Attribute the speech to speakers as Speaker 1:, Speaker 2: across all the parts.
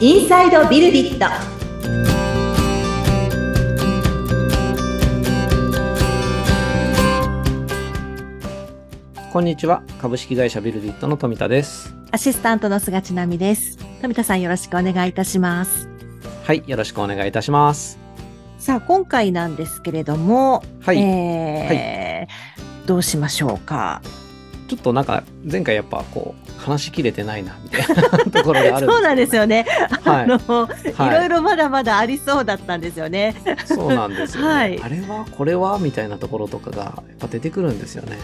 Speaker 1: インサイドビルディット
Speaker 2: こんにちは。株式会社ビルディットの富田です。
Speaker 1: アシスタントの菅千奈美です富田さんよろしくお願いいたします
Speaker 2: はい。よろしくお願いいたします。
Speaker 1: さあ今回なんですけれども、
Speaker 2: はい。
Speaker 1: えーどうしましょうか
Speaker 2: ちょっとなんか、前回やっぱこう、話しきれてないな、みたいなところがある
Speaker 1: そうなんですよね、
Speaker 2: はい
Speaker 1: あの、
Speaker 2: けど。
Speaker 1: い、 ろい
Speaker 2: は
Speaker 1: ろまだまだありそうだったんですよね
Speaker 2: い。そうなんですよ、ね
Speaker 1: はい
Speaker 2: あれはこれはみたいなところとかが、やっぱ出てくるんですよね。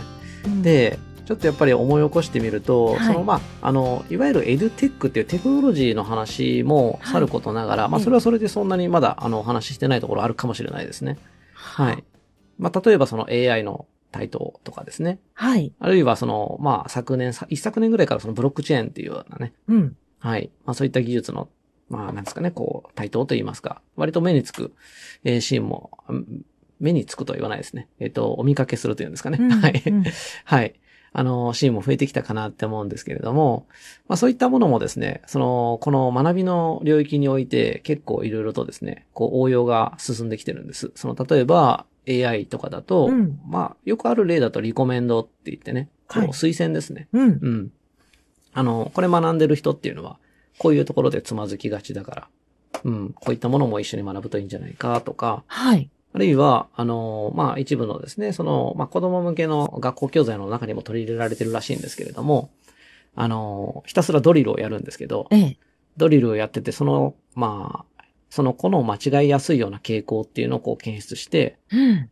Speaker 2: で、ちょっとやっぱり思い起こしてみると、
Speaker 1: はい
Speaker 2: そのまあ、あの、いわゆるエデュテックっていうテクノロジーの話もさることながら、
Speaker 1: い
Speaker 2: まあ、
Speaker 1: ええ
Speaker 2: それはそれでそんなにまだ、あの、お話ししてないところあるかもしれないですね。はい。まあ、例えばその AI の台頭とかですね。
Speaker 1: はい
Speaker 2: あるいはその、まあ、昨年、さ一昨年ぐらいからそのブロックチェーンっていうようなね、
Speaker 1: うん
Speaker 2: はい。まあ、そういった技術の、まあ、なんですかね、こう、台頭といいますか、割と目につく、えーシーンも、うん目につくとは言わないですね。えっ、と、お見かけするというんですかね。
Speaker 1: うん
Speaker 2: はい。
Speaker 1: うん
Speaker 2: はい。あの、シーンも増えてきたかなって思うんですけれども、まあそういったものもですね、その、この学びの領域において結構いろいろとですね、こう応用が進んできてるんです。その、例えば AI とかだと、
Speaker 1: うん
Speaker 2: まあよくある例だとリコメンドって言ってね、こう
Speaker 1: はい
Speaker 2: 推薦ですね。
Speaker 1: うん
Speaker 2: うん。あの、これ学んでる人っていうのは、こういうところでつまずきがちだから、うん、こういったものも一緒に学ぶといいんじゃないかとか、
Speaker 1: はい
Speaker 2: あるいは、あの、まあ、一部のですね、その、まあ、子供向けの学校教材の中にも取り入れられてるらしいんですけれども、あの、ひたすらドリルをやるんですけど、
Speaker 1: ええ
Speaker 2: ドリルをやってて、その、まあ、その子の間違いやすいような傾向っていうのをこう検出して、
Speaker 1: うん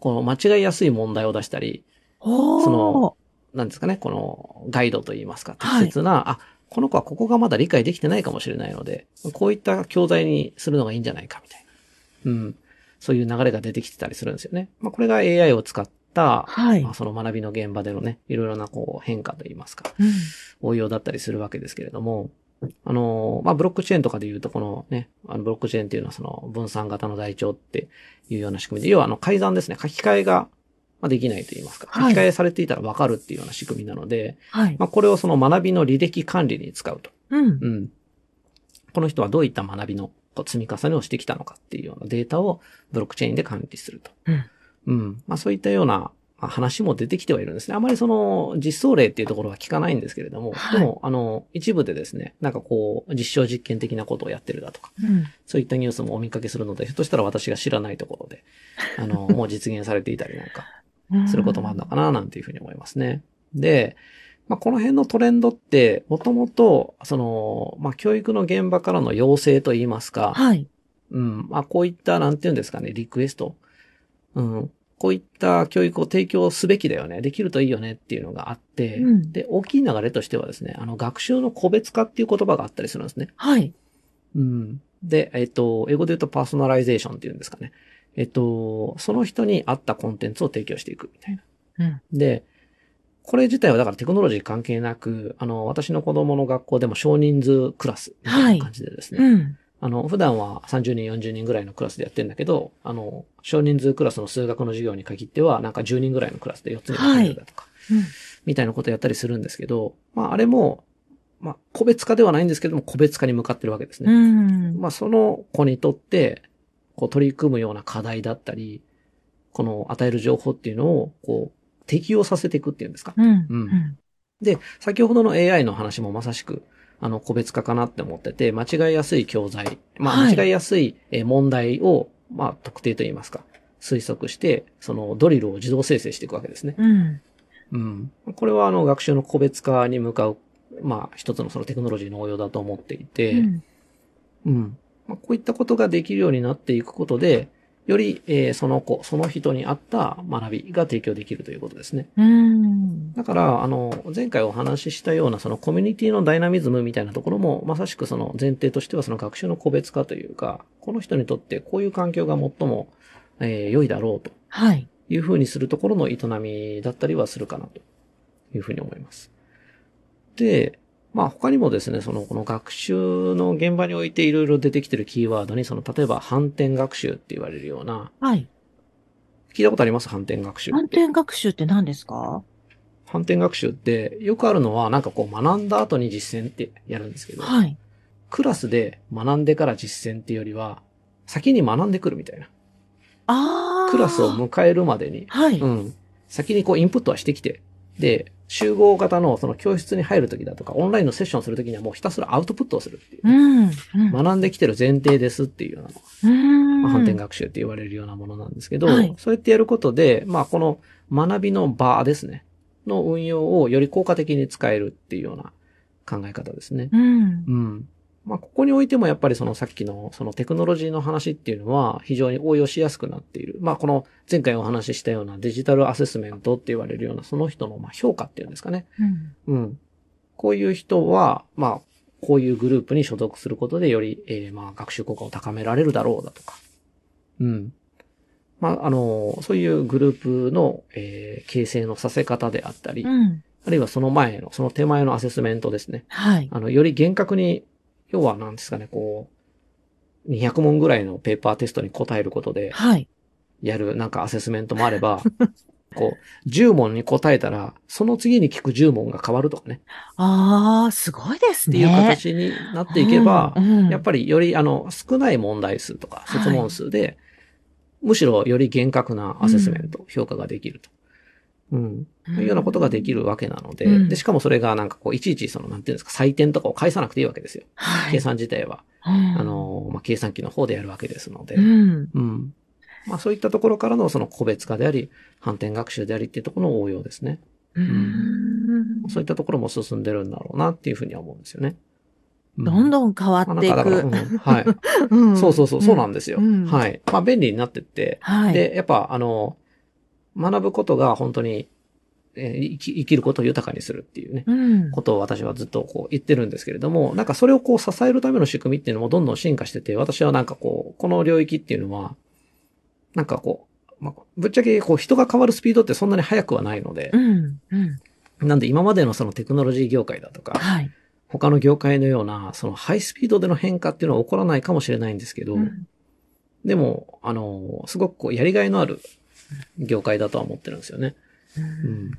Speaker 2: この間違いやすい問題を出したり、
Speaker 1: おー
Speaker 2: そのなんですかね、このガイドといいますか、
Speaker 1: はい
Speaker 2: 適切な、あ、この子はここがまだ理解できてないかもしれないので、こういった教材にするのがいいんじゃないかみたいな。うん。そういう流れが出てきてたりするんですよね。まあ、これが AI を使った、
Speaker 1: はい
Speaker 2: まあ、その学びの現場でのね、いろいろなこう変化といいますか、
Speaker 1: うん
Speaker 2: 応用だったりするわけですけれども、あの、まあ、ブロックチェーンとかで言うと、このね、あのブロックチェーンっていうのはその分散型の台帳っていうような仕組みで、要はあの改ざんですね、書き換えがまあできないと言いますか、
Speaker 1: はい
Speaker 2: 書き換えされていたらわかるっていうような仕組みなので、
Speaker 1: はい
Speaker 2: まあ、これをその学びの履歴管理に使うと。
Speaker 1: うん
Speaker 2: うん。この人はどういった学びのこう積み重ねをしてきたのかっていうようなデータをブロックチェーンで管理すると。
Speaker 1: うん。
Speaker 2: うん。まあそういったようなまあ話も出てきてはいるんですね。あまりその実装例っていうところは聞かないんですけれども、
Speaker 1: はい
Speaker 2: でも、あの、一部でですね、なんかこう、実証実験的なことをやってるだとか、
Speaker 1: うん
Speaker 2: そういったニュースもお見かけするので、ひょっとしたら私が知らないところで、あ の、もう実現されていたりなんかすることもあるのかな、なんていうふうに思いますね。で、まあ、この辺のトレンドって、もともと、その、まあ、教育の現場からの要請といいますか、
Speaker 1: はい。
Speaker 2: うん、まあ、こういった、なんていうんですかね、リクエスト。うん、こういった教育を提供すべきだよね、できるといいよねっていうのがあって、
Speaker 1: うん
Speaker 2: で、大きい流れとしてはですね、あの、学習の個別化っていう言葉があったりするんですね。
Speaker 1: はい。
Speaker 2: うん。で、えっと、英語で言うとパーソナライゼーションっていうんですかね。えっと、その人に合ったコンテンツを提供していくみたいな。
Speaker 1: うん
Speaker 2: で、これ自体はだからテクノロジー関係なく、あの、私の子供の学校でも少人数クラスみたいな感じでですね、
Speaker 1: うん。
Speaker 2: あの、普段は30人、40人ぐらいのクラスでやってんだけど、あの、少人数クラスの数学の授業に限っては、なんか10人ぐらいのクラスで4つに分かれるだとか、
Speaker 1: うん
Speaker 2: みたいなことやったりするんですけど、まあ、あれも、まあ、個別化ではないんですけども、個別化に向かってるわけですね。
Speaker 1: うん。
Speaker 2: まあ、その子にとって、こう取り組むような課題だったり、この与える情報っていうのを、こう、適用させていくっていうんですか。
Speaker 1: うん。
Speaker 2: う
Speaker 1: うんん。
Speaker 2: で、先ほどの AI の話もまさしく、あの、個別化かなって思ってて、間違いやすい教材、まあ、
Speaker 1: はい
Speaker 2: 間違いやすいえー問題を、まあ、特定といいますか、推測して、そのドリルを自動生成していくわけですね。
Speaker 1: うん。
Speaker 2: うん。これは、あの、学習の個別化に向かう、まあ、一つのそのテクノロジーの応用だと思っていて、
Speaker 1: うん
Speaker 2: うん。まあ、こういったことができるようになっていくことで、より、えーその子、その人に合った学びが提供できるということですね。
Speaker 1: うん。
Speaker 2: だから、あの、前回お話ししたような、そのコミュニティのダイナミズムみたいなところも、まさしくその前提としては、その学習の個別化というか、この人にとってこういう環境が最も、えー良いだろうと
Speaker 1: はい。
Speaker 2: いうふうにするところの営みだったりはするかなというふうに思います。で、まあ他にもですね、そのこの学習の現場においていろいろ出てきてるキーワードに、その例えば反転学習って言われるような、
Speaker 1: はい。
Speaker 2: 聞いたことあります反転学習。
Speaker 1: 反転学習って何ですか
Speaker 2: 反転学習ってよくあるのはなんかこう学んだ後に実践ってやるんですけど、
Speaker 1: はい。
Speaker 2: クラスで学んでから実践っていうよりは、先に学んでくるみたいな。
Speaker 1: ああ。
Speaker 2: クラスを迎えるまでに、
Speaker 1: はい。
Speaker 2: うん。先にこうインプットはしてきて、で、集合型のその教室に入るときだとか、オンラインのセッションするときにはもうひたすらアウトプットをするっていう。
Speaker 1: うん。うん
Speaker 2: 学んできてる前提ですっていうようなの
Speaker 1: うん
Speaker 2: まあ反転学習って言われるようなものなんですけど、
Speaker 1: はい
Speaker 2: そうやってやることで、まあこの学びの場ですね、の運用をより効果的に使えるっていうような考え方ですね。
Speaker 1: うん。
Speaker 2: うん。まあここにおいてもやっぱりそのさっきのそのテクノロジーの話っていうのは非常に応用しやすくなっている。まあこの前回お話ししたようなデジタルアセスメントって言われるようなその人のまあ評価っていうんですかね。
Speaker 1: うん
Speaker 2: うん。こういう人は、まあ、こういうグループに所属することでより、えーまあ、学習効果を高められるだろうだとか。うん。まあ、あの、そういうグループの、えー形成のさせ方であったり、
Speaker 1: うん。
Speaker 2: あるいはその前の、その手前のアセスメントですね。
Speaker 1: はい。
Speaker 2: あの、より厳格に、要は何ですかね、こう、200問ぐらいのペーパーテストに答えることで、
Speaker 1: はい。
Speaker 2: やるなんかアセスメントもあれ ば、こう、10問に答えたら、その次に聞く10問が変わるとかね。
Speaker 1: ああ、すごいです
Speaker 2: っ
Speaker 1: ね。
Speaker 2: ていう形になっていけば、
Speaker 1: うんうん
Speaker 2: やっぱりよりあの少ない問題数とか設問数で、むしろより厳格なアセスメント、評価ができると。うん。いうようなことができるわけなので、
Speaker 1: うん
Speaker 2: で、しかもそれがなんかこう、いちいちその、なんていうんですか、採点とかを返さなくていいわけですよ。
Speaker 1: はい
Speaker 2: 計。算自体は、
Speaker 1: あ
Speaker 2: あ、の、まあ、計算機の方でやるわけですので、
Speaker 1: うん。
Speaker 2: うん。まあ、そういったところからのその個別化であり、反転学習でありっていうところの応用ですね。
Speaker 1: うん
Speaker 2: そういったところも進んでるんだろうなっていうふうには思うんですよね。う
Speaker 1: どんどん変わ
Speaker 2: まあ
Speaker 1: ってい
Speaker 2: なんかだ
Speaker 1: く。
Speaker 2: からうんはい。
Speaker 1: うん
Speaker 2: そうそうそう、そうなんですよ。
Speaker 1: うん
Speaker 2: はい。まあ便利になってって、
Speaker 1: はい。
Speaker 2: で、やっぱあの、学ぶことが本当に、えー生き生きることを豊かにするっていうね、
Speaker 1: うん、
Speaker 2: ことを私はずっとこう言ってるんですけれども、なんかそれをこう支えるための仕組みっていうのもどんどん進化してて、私はなんかこう、この領域っていうのは、なんかこう、まあ、ぶっちゃけこう人が変わるスピードってそんなに速くはないので
Speaker 1: う、ん、うん。
Speaker 2: なんで今までのそのテクノロジー業界だとか、
Speaker 1: はい。
Speaker 2: 他の業界のような、そのハイスピードでの変化っていうのは起こらないかもしれないんですけど、
Speaker 1: うん
Speaker 2: でも、あの、すごくこう、やりがいのある業界だとは思ってるんですよね。うん。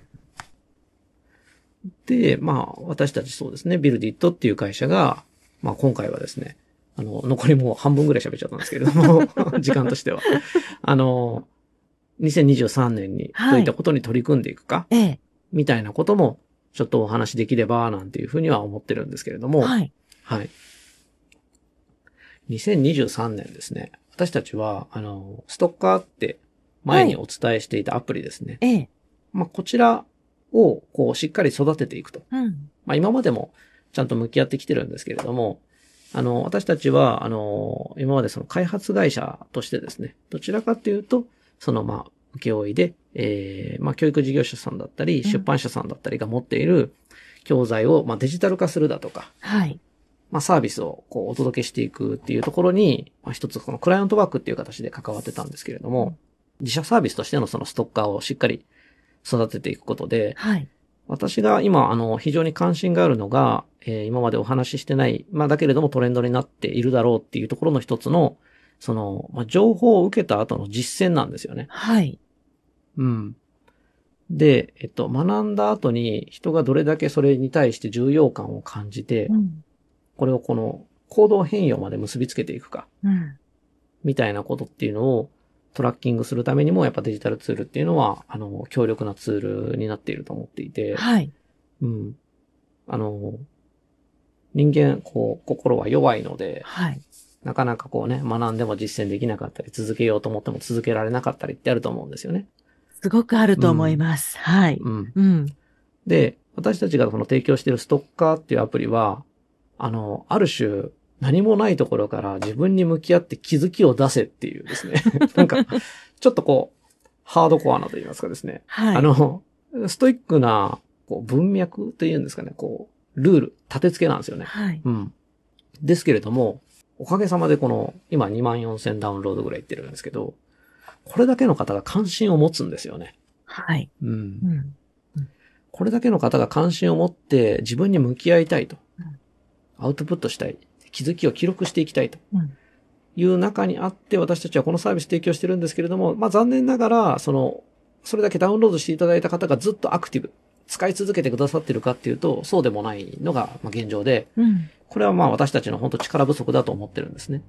Speaker 2: で、まあ、私たちそうですね、ビルディットっていう会社が、まあ今回はですね、あの、残りもう半分ぐらい喋っちゃったんですけれども、 時間としては。あの、2023年に
Speaker 1: はい
Speaker 2: どういったことに取り組んでいくか、
Speaker 1: ええ。
Speaker 2: みたいなことも、ちょっとお話しできれば、なんていうふうには思ってるんですけれども、
Speaker 1: はい。
Speaker 2: はい。2023年ですね。私たちは、あの、ストッカーって前にお伝えしていたアプリですね。
Speaker 1: ええ。
Speaker 2: まあ、こちらを、こう、しっかり育てていくと。
Speaker 1: うん。
Speaker 2: まあ、今までもちゃんと向き合ってきてるんですけれども、あの、私たちは、あの、今までその開発会社としてですね、どちらかというと、その、まあ、請負いで、えー、まあ、教育事業者さんだったり、
Speaker 1: うん
Speaker 2: 出版社さんだったりが持っている教材を、まあ、デジタル化するだとか、
Speaker 1: はい。
Speaker 2: まあ、サービスをこうお届けしていくっていうところに、まあ、一つこのクライアントワークっていう形で関わってたんですけれども、自社サービスとしてのそのストッカーをしっかり育てていくことで、
Speaker 1: はい。
Speaker 2: 私が今、あの、非常に関心があるのが、えー今までお話ししてない、まあ、だけれどもトレンドになっているだろうっていうところの一つの、その、まあ、情報を受けた後の実践なんですよね。
Speaker 1: はい。
Speaker 2: うん。で、えっと、学んだ後に人がどれだけそれに対して重要感を感じて、
Speaker 1: うん。
Speaker 2: これをこの行動変容まで結びつけていくか、
Speaker 1: うん。
Speaker 2: みたいなことっていうのをトラッキングするためにも、やっぱデジタルツールっていうのは、あの、強力なツールになっていると思っていて、
Speaker 1: はい。
Speaker 2: うん。あの、人間、こう、心は弱いので、
Speaker 1: はい。
Speaker 2: なかなかこうね、学んでも実践できなかったり、続けようと思っても続けられなかったりってあると思うんですよね。
Speaker 1: すごくあると思います。はい。
Speaker 2: うん。
Speaker 1: うん。
Speaker 2: で、私たちがその提供しているストッカーっていうアプリは、あの、ある種、何もないところから自分に向き合って気づきを出せっていうですね。なんか、ちょっとこう、ハードコアなと言いますかですね。
Speaker 1: はい。
Speaker 2: あ、の、ストイックな、こう、文脈というんですかね、こう、ルール、立て付けなんですよね。
Speaker 1: はい。
Speaker 2: うん。ですけれども、おかげさまでこの、今2万4000ダウンロードぐらいいってるんですけど、これだけの方が関心を持つんですよね。
Speaker 1: はい。
Speaker 2: うん
Speaker 1: う。ん。
Speaker 2: これだけの方が関心を持って自分に向き合いたいと
Speaker 1: うん。
Speaker 2: アウトプットしたい。気づきを記録していきたいと
Speaker 1: うん。
Speaker 2: いう中にあって私たちはこのサービス提供してるんですけれども、まあ残念ながら、その、それだけダウンロードしていただいた方がずっとアクティブ使い続けてくださってるかっていうと、そうでもないのがまあ現状で、
Speaker 1: うん。
Speaker 2: これはまあ私たちの本当力不足だと思ってるんですね。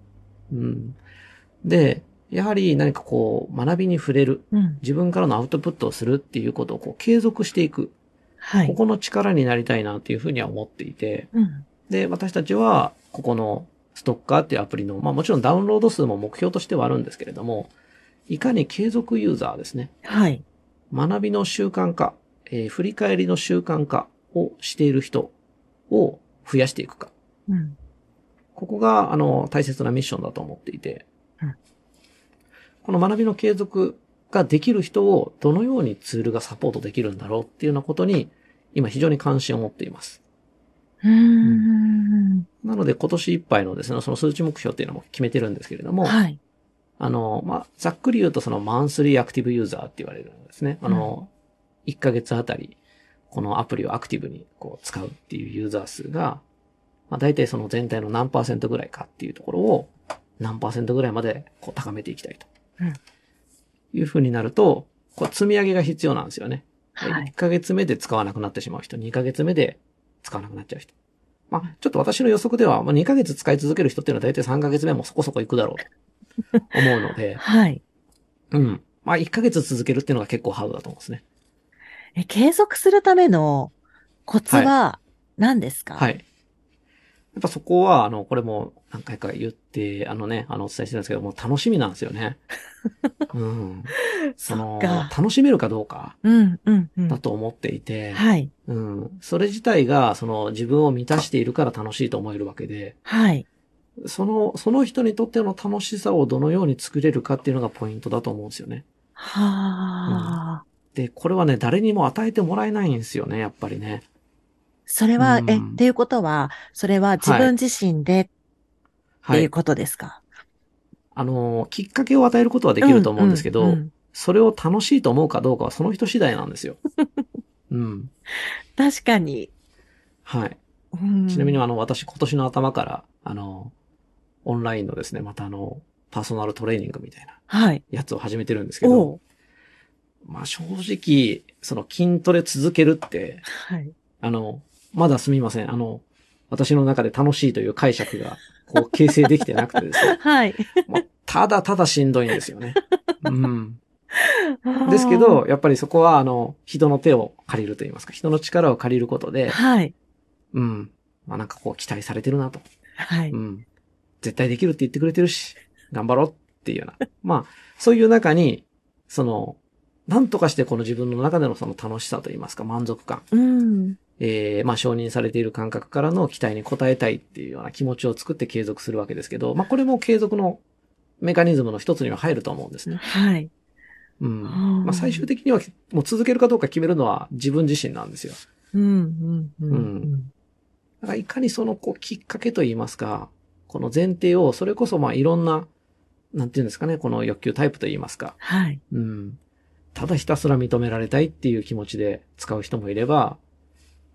Speaker 2: うん。で、やはり何かこう、学びに触れる、
Speaker 1: うん。
Speaker 2: 自分からのアウトプットをするっていうことをこう継続していく、
Speaker 1: は
Speaker 2: こ
Speaker 1: い。
Speaker 2: この力になりたいなっていうふうには思っていて、
Speaker 1: うん。
Speaker 2: で、私たちは、ここのストッカーっていうアプリの、まあもちろんダウンロード数も目標としてはあるんですけれども、いかに継続ユーザーですね、
Speaker 1: はい。
Speaker 2: 学びの習慣化、えー振り返りの習慣化をしている人を増やしていくか。
Speaker 1: うん。
Speaker 2: ここが、あの、大切なミッションだと思っていて、
Speaker 1: うん
Speaker 2: この学びの継続ができる人をどのようにツールがサポートできるんだろうっていうようなことに、今非常に関心を持っています。
Speaker 1: うーん。
Speaker 2: なので今年いっぱいのですね、その数値目標っていうのも決めてるんですけれども、
Speaker 1: はい。
Speaker 2: あの、まあ、ざっくり言うとそのマンスリーアクティブユーザーって言われるんですね。あの、1ヶ月あたり、このアプリをアクティブにこう使うっていうユーザー数が、まあ、大体その全体の何パーセントぐらいかっていうところを何パーセントぐらいまでこう高めていきたいと。
Speaker 1: うん
Speaker 2: いうふうになると、こう積み上げが必要なんですよね。
Speaker 1: はい
Speaker 2: 1。ヶ月目で使わなくなってしまう人、2ヶ月目で使わなくなっちゃう人。まあ、ちょっと私の予測では、まあ、2ヶ月使い続ける人っていうのは大体3ヶ月目もそこそこいくだろ うと思うので、
Speaker 1: はい。
Speaker 2: うん。まあ、1ヶ月続けるっていうのが結構ハードだと思うんですね。
Speaker 1: え、継続するためのコツは何ですか。
Speaker 2: はいい。やっぱそこは、あの、これも何回か言って、あのね、あの、お伝えしてるんですけど、もう楽しみなんです よね。うん。
Speaker 1: そ
Speaker 2: の
Speaker 1: っ、か。
Speaker 2: 楽しめるかどうか
Speaker 1: うん、うん、うん
Speaker 2: だ。と思っていて、
Speaker 1: はい。
Speaker 2: うん。それ自体が、その、自分を満たしているから楽しいと思えるわけで、
Speaker 1: はい。
Speaker 2: その、その人にとっての楽しさをどのように作れるかっていうのがポイントだと思うんですよね。
Speaker 1: はあ。
Speaker 2: で、これはね、誰にも与えてもらえないんですよね、やっぱりね。
Speaker 1: それは
Speaker 2: う、ん
Speaker 1: え、っていうことは、それは自分自身でっ
Speaker 2: は
Speaker 1: ていう
Speaker 2: い。
Speaker 1: ことですか
Speaker 2: あのー、きっかけを与えることはできると思うんですけど、
Speaker 1: ううん
Speaker 2: それを楽しいと思うかどうかはその人次第なんですよ。 うん。
Speaker 1: 確かに。
Speaker 2: はい。
Speaker 1: うん
Speaker 2: ちなみに、あの、私今年の頭から、あの、オンラインのですね、またあの、パーソナルトレーニングみたいな
Speaker 1: はい。
Speaker 2: やつを始めてるんですけ
Speaker 1: お
Speaker 2: ど、
Speaker 1: う
Speaker 2: まあ正直、その筋トレ続けるって、
Speaker 1: はい。。
Speaker 2: あの、まだすみません。あの、私の中で楽しいという解釈が、こう、形成できてなくてですね
Speaker 1: はい。
Speaker 2: もうただただしんどいんですよね。うん。ですけど、やっぱりそこは、あの、人の手を借りると言いますか、人の力を借りること
Speaker 1: あー、
Speaker 2: で、
Speaker 1: はい。
Speaker 2: うん。まあなんかこう、期待されてるなと。
Speaker 1: はい。
Speaker 2: うん。絶対できるって言ってくれてるし、頑張ろうっていうような。まあ、そういう中に、その、なんとかしてこの自分の中でのその楽しさと言いますか、満足感。
Speaker 1: うん。
Speaker 2: えーまあ承認されている感覚からの期待に応えたいっていうような気持ちを作って継続するわけですけど、まあこれも継続のメカニズムの一つには入ると思うんですね。
Speaker 1: はい。
Speaker 2: うん。
Speaker 1: うん
Speaker 2: まあ最終的にはもう続けるかどうか決めるのは自分自身なんですよ。
Speaker 1: うん、うん、うん。
Speaker 2: だからいかにそのこうきっかけといいますか、この前提をそれこそまあいろんな、なんていうんですかね、この欲求タイプといいますか、
Speaker 1: はい。
Speaker 2: うん。ただひたすら認められたいっていう気持ちで使う人もいれば、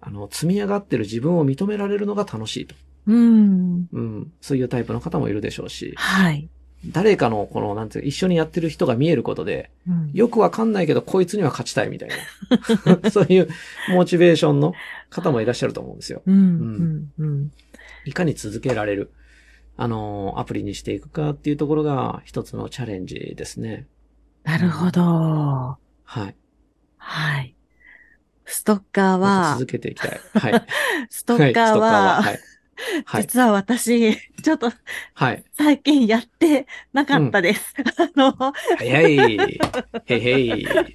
Speaker 2: あの、積み上がってる自分を認められるのが楽しいと。
Speaker 1: うん。
Speaker 2: うん、そういうタイプの方もいるでしょうし、
Speaker 1: はい。
Speaker 2: 誰かのこの、なんていうか、一緒にやってる人が見えることで、
Speaker 1: うん
Speaker 2: よくわかんないけど、こいつには勝ちたいみたいな、 そういうモチベーションの方もいらっしゃると思うんですよ。
Speaker 1: うん、うん、うん。
Speaker 2: いかに続けられる、あの、アプリにしていくかっていうところが一つのチャレンジですね。
Speaker 1: なるほど。
Speaker 2: はい。
Speaker 1: はい。ストッカー
Speaker 2: また
Speaker 1: は、
Speaker 2: 続けていきたい。はい。はい
Speaker 1: ス
Speaker 2: ス
Speaker 1: トッカーは、
Speaker 2: はい。はい。
Speaker 1: 実は私、ちょっと
Speaker 2: はい。
Speaker 1: 最近やってなかったです。あの、
Speaker 2: へいへい。へい へい。
Speaker 1: は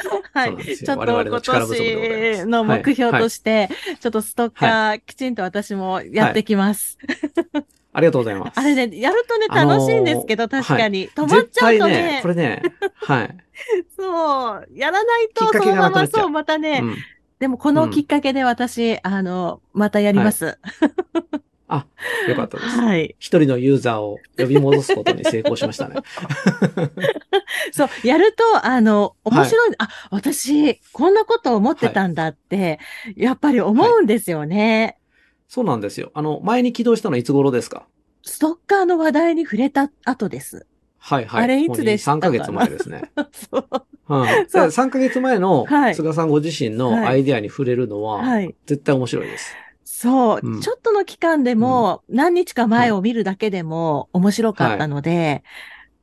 Speaker 2: そうなんで
Speaker 1: い。
Speaker 2: す
Speaker 1: ち
Speaker 2: よ
Speaker 1: ょっと
Speaker 2: 我々
Speaker 1: 今
Speaker 2: の力不足でございます
Speaker 1: 年の目標として、ちょっとストッカーきちんと私もやってきます。
Speaker 2: ありがとうございます。
Speaker 1: あれね、やるとね、
Speaker 2: あのー
Speaker 1: 楽しいんですけど、確かに。止まっ
Speaker 2: 絶
Speaker 1: ちゃう
Speaker 2: 対
Speaker 1: と
Speaker 2: ね
Speaker 1: ね、
Speaker 2: これね、はい。
Speaker 1: そう、やらない
Speaker 2: きっ
Speaker 1: と、
Speaker 2: か
Speaker 1: そ
Speaker 2: け
Speaker 1: のま
Speaker 2: がなくな
Speaker 1: ま、
Speaker 2: っちゃう
Speaker 1: そう、またね、
Speaker 2: うん
Speaker 1: でもこのきっかけで私、あの、またやります。
Speaker 2: あ、よかったです。
Speaker 1: はい。
Speaker 2: 一人のユーザーを呼び戻すことに成功しましたね。
Speaker 1: そう、やると、あの、面白い、あ、私、こんなこと思ってたんだって、やっぱり思うんですよね。
Speaker 2: そうなんですよ。あの、前に起動したのいつ頃ですか
Speaker 1: ストッカーの話題に触れた後です。
Speaker 2: はいはい。
Speaker 1: あれいつでしたか
Speaker 2: もう2 3ヶ月前ですね。
Speaker 1: そう。
Speaker 2: うん。
Speaker 1: そう
Speaker 2: 3ヶ月前の
Speaker 1: はい
Speaker 2: 菅さんご自身
Speaker 1: はい
Speaker 2: のアイデアに触れるの
Speaker 1: は
Speaker 2: は、
Speaker 1: い。
Speaker 2: 絶対面白いです。
Speaker 1: そう、
Speaker 2: うん
Speaker 1: ちょっとの期間でも、何日か前を見るだけでも面白かったので、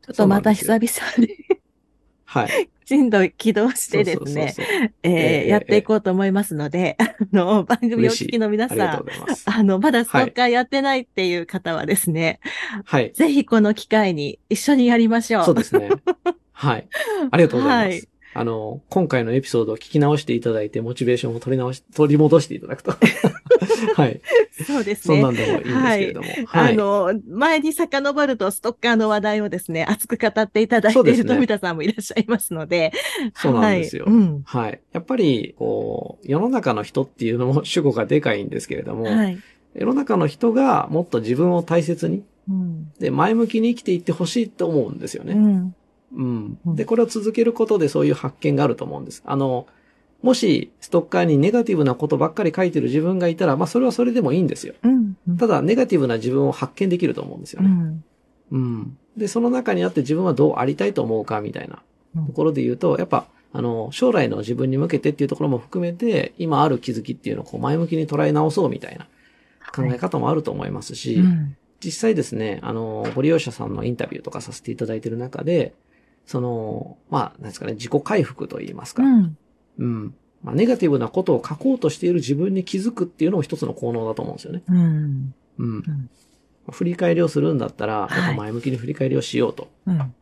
Speaker 1: ちょっとまた久々に
Speaker 2: はい。
Speaker 1: きちんと起動してですね、
Speaker 2: そうそうそうそう。
Speaker 1: え
Speaker 2: え
Speaker 1: ー
Speaker 2: え
Speaker 1: やっていこうと思いますので、あの、番組をお聞きの皆
Speaker 2: あ
Speaker 1: さ
Speaker 2: りがと
Speaker 1: ん
Speaker 2: う、ございます。
Speaker 1: あの、まだ参加やってないっていう方はですね、
Speaker 2: はい。
Speaker 1: ぜひこの機会に一緒にやりましょう。
Speaker 2: そうですね。はい。ありがとうございます。
Speaker 1: はい
Speaker 2: あの、今回のエピソードを聞き直していただいて、モチベーションを取り直し、取り戻していただくと。 はい。
Speaker 1: そうです
Speaker 2: そん
Speaker 1: ね
Speaker 2: な。んでもいいんですけれども。は
Speaker 1: あ
Speaker 2: い。
Speaker 1: の、前に遡るとストッカーの話題をですね、熱く語っていただい
Speaker 2: そう
Speaker 1: て
Speaker 2: で
Speaker 1: い
Speaker 2: す
Speaker 1: る
Speaker 2: ね
Speaker 1: 富田さんもいらっしゃいますので、
Speaker 2: そうなんですよ
Speaker 1: はい。うん。
Speaker 2: はい。やっぱり、こう、世の中の人っていうのも主語がでかいんですけれども、
Speaker 1: はい。
Speaker 2: 世の中の人がもっと自分を大切に、
Speaker 1: うん。
Speaker 2: で、前向きに生きていってほしいと思うんですよね。
Speaker 1: うん
Speaker 2: うん
Speaker 1: うん。
Speaker 2: で、これを続けることでそういう発見があると思うんです。あの、もし、ストッカーにネガティブなことばっかり書いてる自分がいたら、まあ、それはそれでもいいんですよ。
Speaker 1: うん。うん
Speaker 2: ただ、ネガティブな自分を発見できると思うんですよ
Speaker 1: う
Speaker 2: ね。
Speaker 1: ん。
Speaker 2: うん。で、その中にあって自分はどうありたいと思うか、みたいな
Speaker 1: うん
Speaker 2: ところで言うと、やっぱ、あの、将来の自分に向けてっていうところも含めて、今ある気づきっていうのをこう前向きに捉え直そうみたいな考え方もあると思いますし、
Speaker 1: うん
Speaker 2: 実際ですね、あの、ご利用者さんのインタビューとかさせていただいてる中で、その、まあ、なんですかね、自己回復と言いますか、うん。
Speaker 1: うん
Speaker 2: まあ、ネガティブなことを書こうとしている自分に気づくっていうのも一つの効能だと思うんですよね。
Speaker 1: うん。
Speaker 2: うん。
Speaker 1: ん
Speaker 2: 振り返りをするんだったら、
Speaker 1: はい
Speaker 2: やっぱ前向きに振り返りをしようと。
Speaker 1: うん。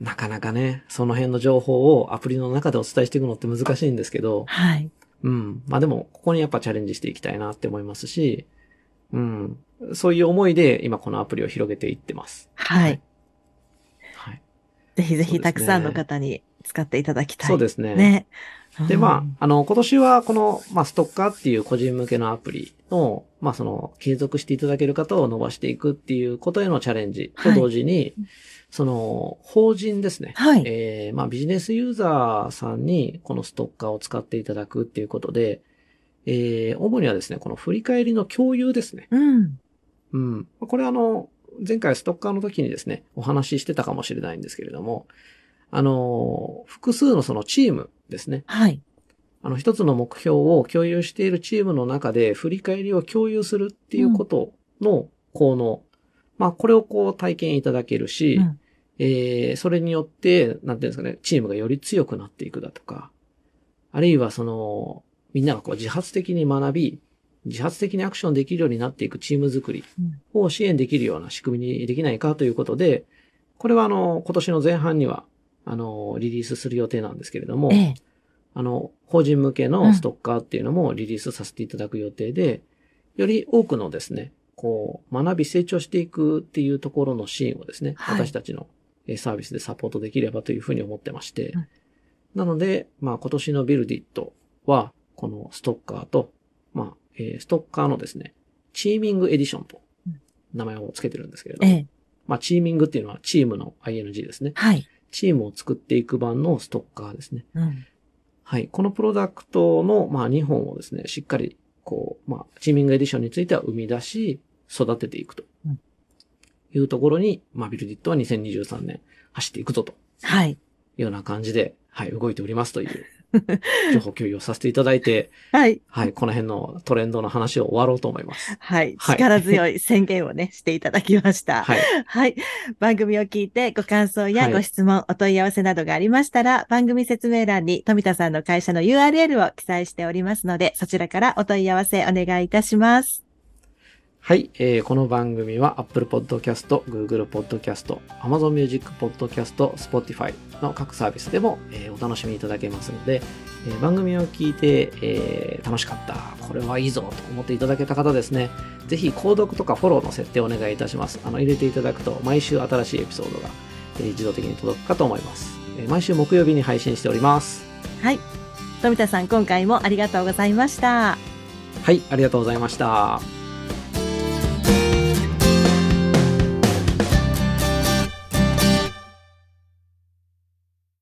Speaker 2: なかなかね、その辺の情報をアプリの中でお伝えしていくのって難しいんですけど、
Speaker 1: はい。
Speaker 2: うん。まあでも、ここにやっぱチャレンジしていきたいなって思いますし、うん。そういう思いで今このアプリを広げていってます。
Speaker 1: はい。
Speaker 2: はい。
Speaker 1: ぜひぜ
Speaker 2: そうです
Speaker 1: ひ
Speaker 2: ね
Speaker 1: たくさんの方に使っていただきたい。
Speaker 2: そうですすね。
Speaker 1: ね。
Speaker 2: で、
Speaker 1: う
Speaker 2: ま
Speaker 1: ん
Speaker 2: あ、あの、今年はこの、まあ、ストッカーっていう個人向けのアプリの、まあ、その、継続していただける方を伸ばしていくっていうことへのチャレンジと同時に、その、法人ですね。
Speaker 1: はい。
Speaker 2: えーまあビジネスユーザーさんにこのストッカーを使っていただくっていうことで、えー主にはですね、この振り返りの共有ですね。
Speaker 1: うん。
Speaker 2: うん。これあの、前回ストッカーの時にですね、お話ししてたかもしれないんですけれども、あの、複数のそのチームですね。
Speaker 1: はい。
Speaker 2: あの、一つの目標を共有しているチームの中で振り返りを共有するっていうことの効能。まあ、これをこう体験いただけるし、
Speaker 1: うん
Speaker 2: えーそれによって、なんていうんですかね、チームがより強くなっていくだとか、あるいはその、みんながこう自発的に学び、自発的にアクションできるようになっていくチーム作り
Speaker 1: うん
Speaker 2: を支援できるような仕組みにできないかということで、これはあの、今年の前半には、あの、リリースする予定なんですけれども、
Speaker 1: ええ。
Speaker 2: あの、法人向けのストッカーっていうのもリリースさせていただく予定で、より多くのですね、こう、学び成長していくっていうところのシーンをですね、
Speaker 1: はい
Speaker 2: 私たちのえーサービスでサポートできればというふうに思ってまして、
Speaker 1: うん
Speaker 2: なので、まあ今年のビルディットは、このストッカーと、まあ、えーストッカーのですね、チーミングエディションと
Speaker 1: うん
Speaker 2: 名前をつけてるんですけれど
Speaker 1: え
Speaker 2: も、
Speaker 1: え。
Speaker 2: まあチーミングっていうのはチームの ING ですね。
Speaker 1: はい。
Speaker 2: チームを作っていく版のストッカーですね。
Speaker 1: うん。
Speaker 2: はい。このプロダクトの、まあ、2本をですね、しっかり、こう、まあ、チーミングエディションについては生み出し、育てていくと
Speaker 1: うん
Speaker 2: いうところに、まあ、ビルディットは2023年走っていくぞと
Speaker 1: はい。
Speaker 2: いうような感じで、はい、動いておりますという 情報共有をさせていただいて、
Speaker 1: はい。
Speaker 2: はい、この辺のトレンドの話を終わろうと思います。
Speaker 1: はい。
Speaker 2: はい
Speaker 1: 力強い宣言をね、していただきま した。
Speaker 2: はい。
Speaker 1: はい。番組を聞いてご感想や
Speaker 2: はい
Speaker 1: ご質問、お問い合わせなどがありましたら、番組説明欄に富田さんの会社の URL を記載しておりますので、そちらからお問い合わせお願いいたします。
Speaker 2: はい、えーこの番組は Apple Podcast、Google Podcast、Amazon Music Podcast、Spotify の各サービスでも、えーお楽しみいただけますので、えー番組を聞いて、えー楽しかった、これはいいぞと思っていただけた方ですね、ぜひ購読とかフォローの設定をお願いいたします。あの入れていただくと毎週新しいエピソードが、えー自動的に届くかと思います、えー毎週木曜日に配信しております。
Speaker 1: はい。富田さん、今回もありがとうございました。
Speaker 2: はい、ありがとうございました。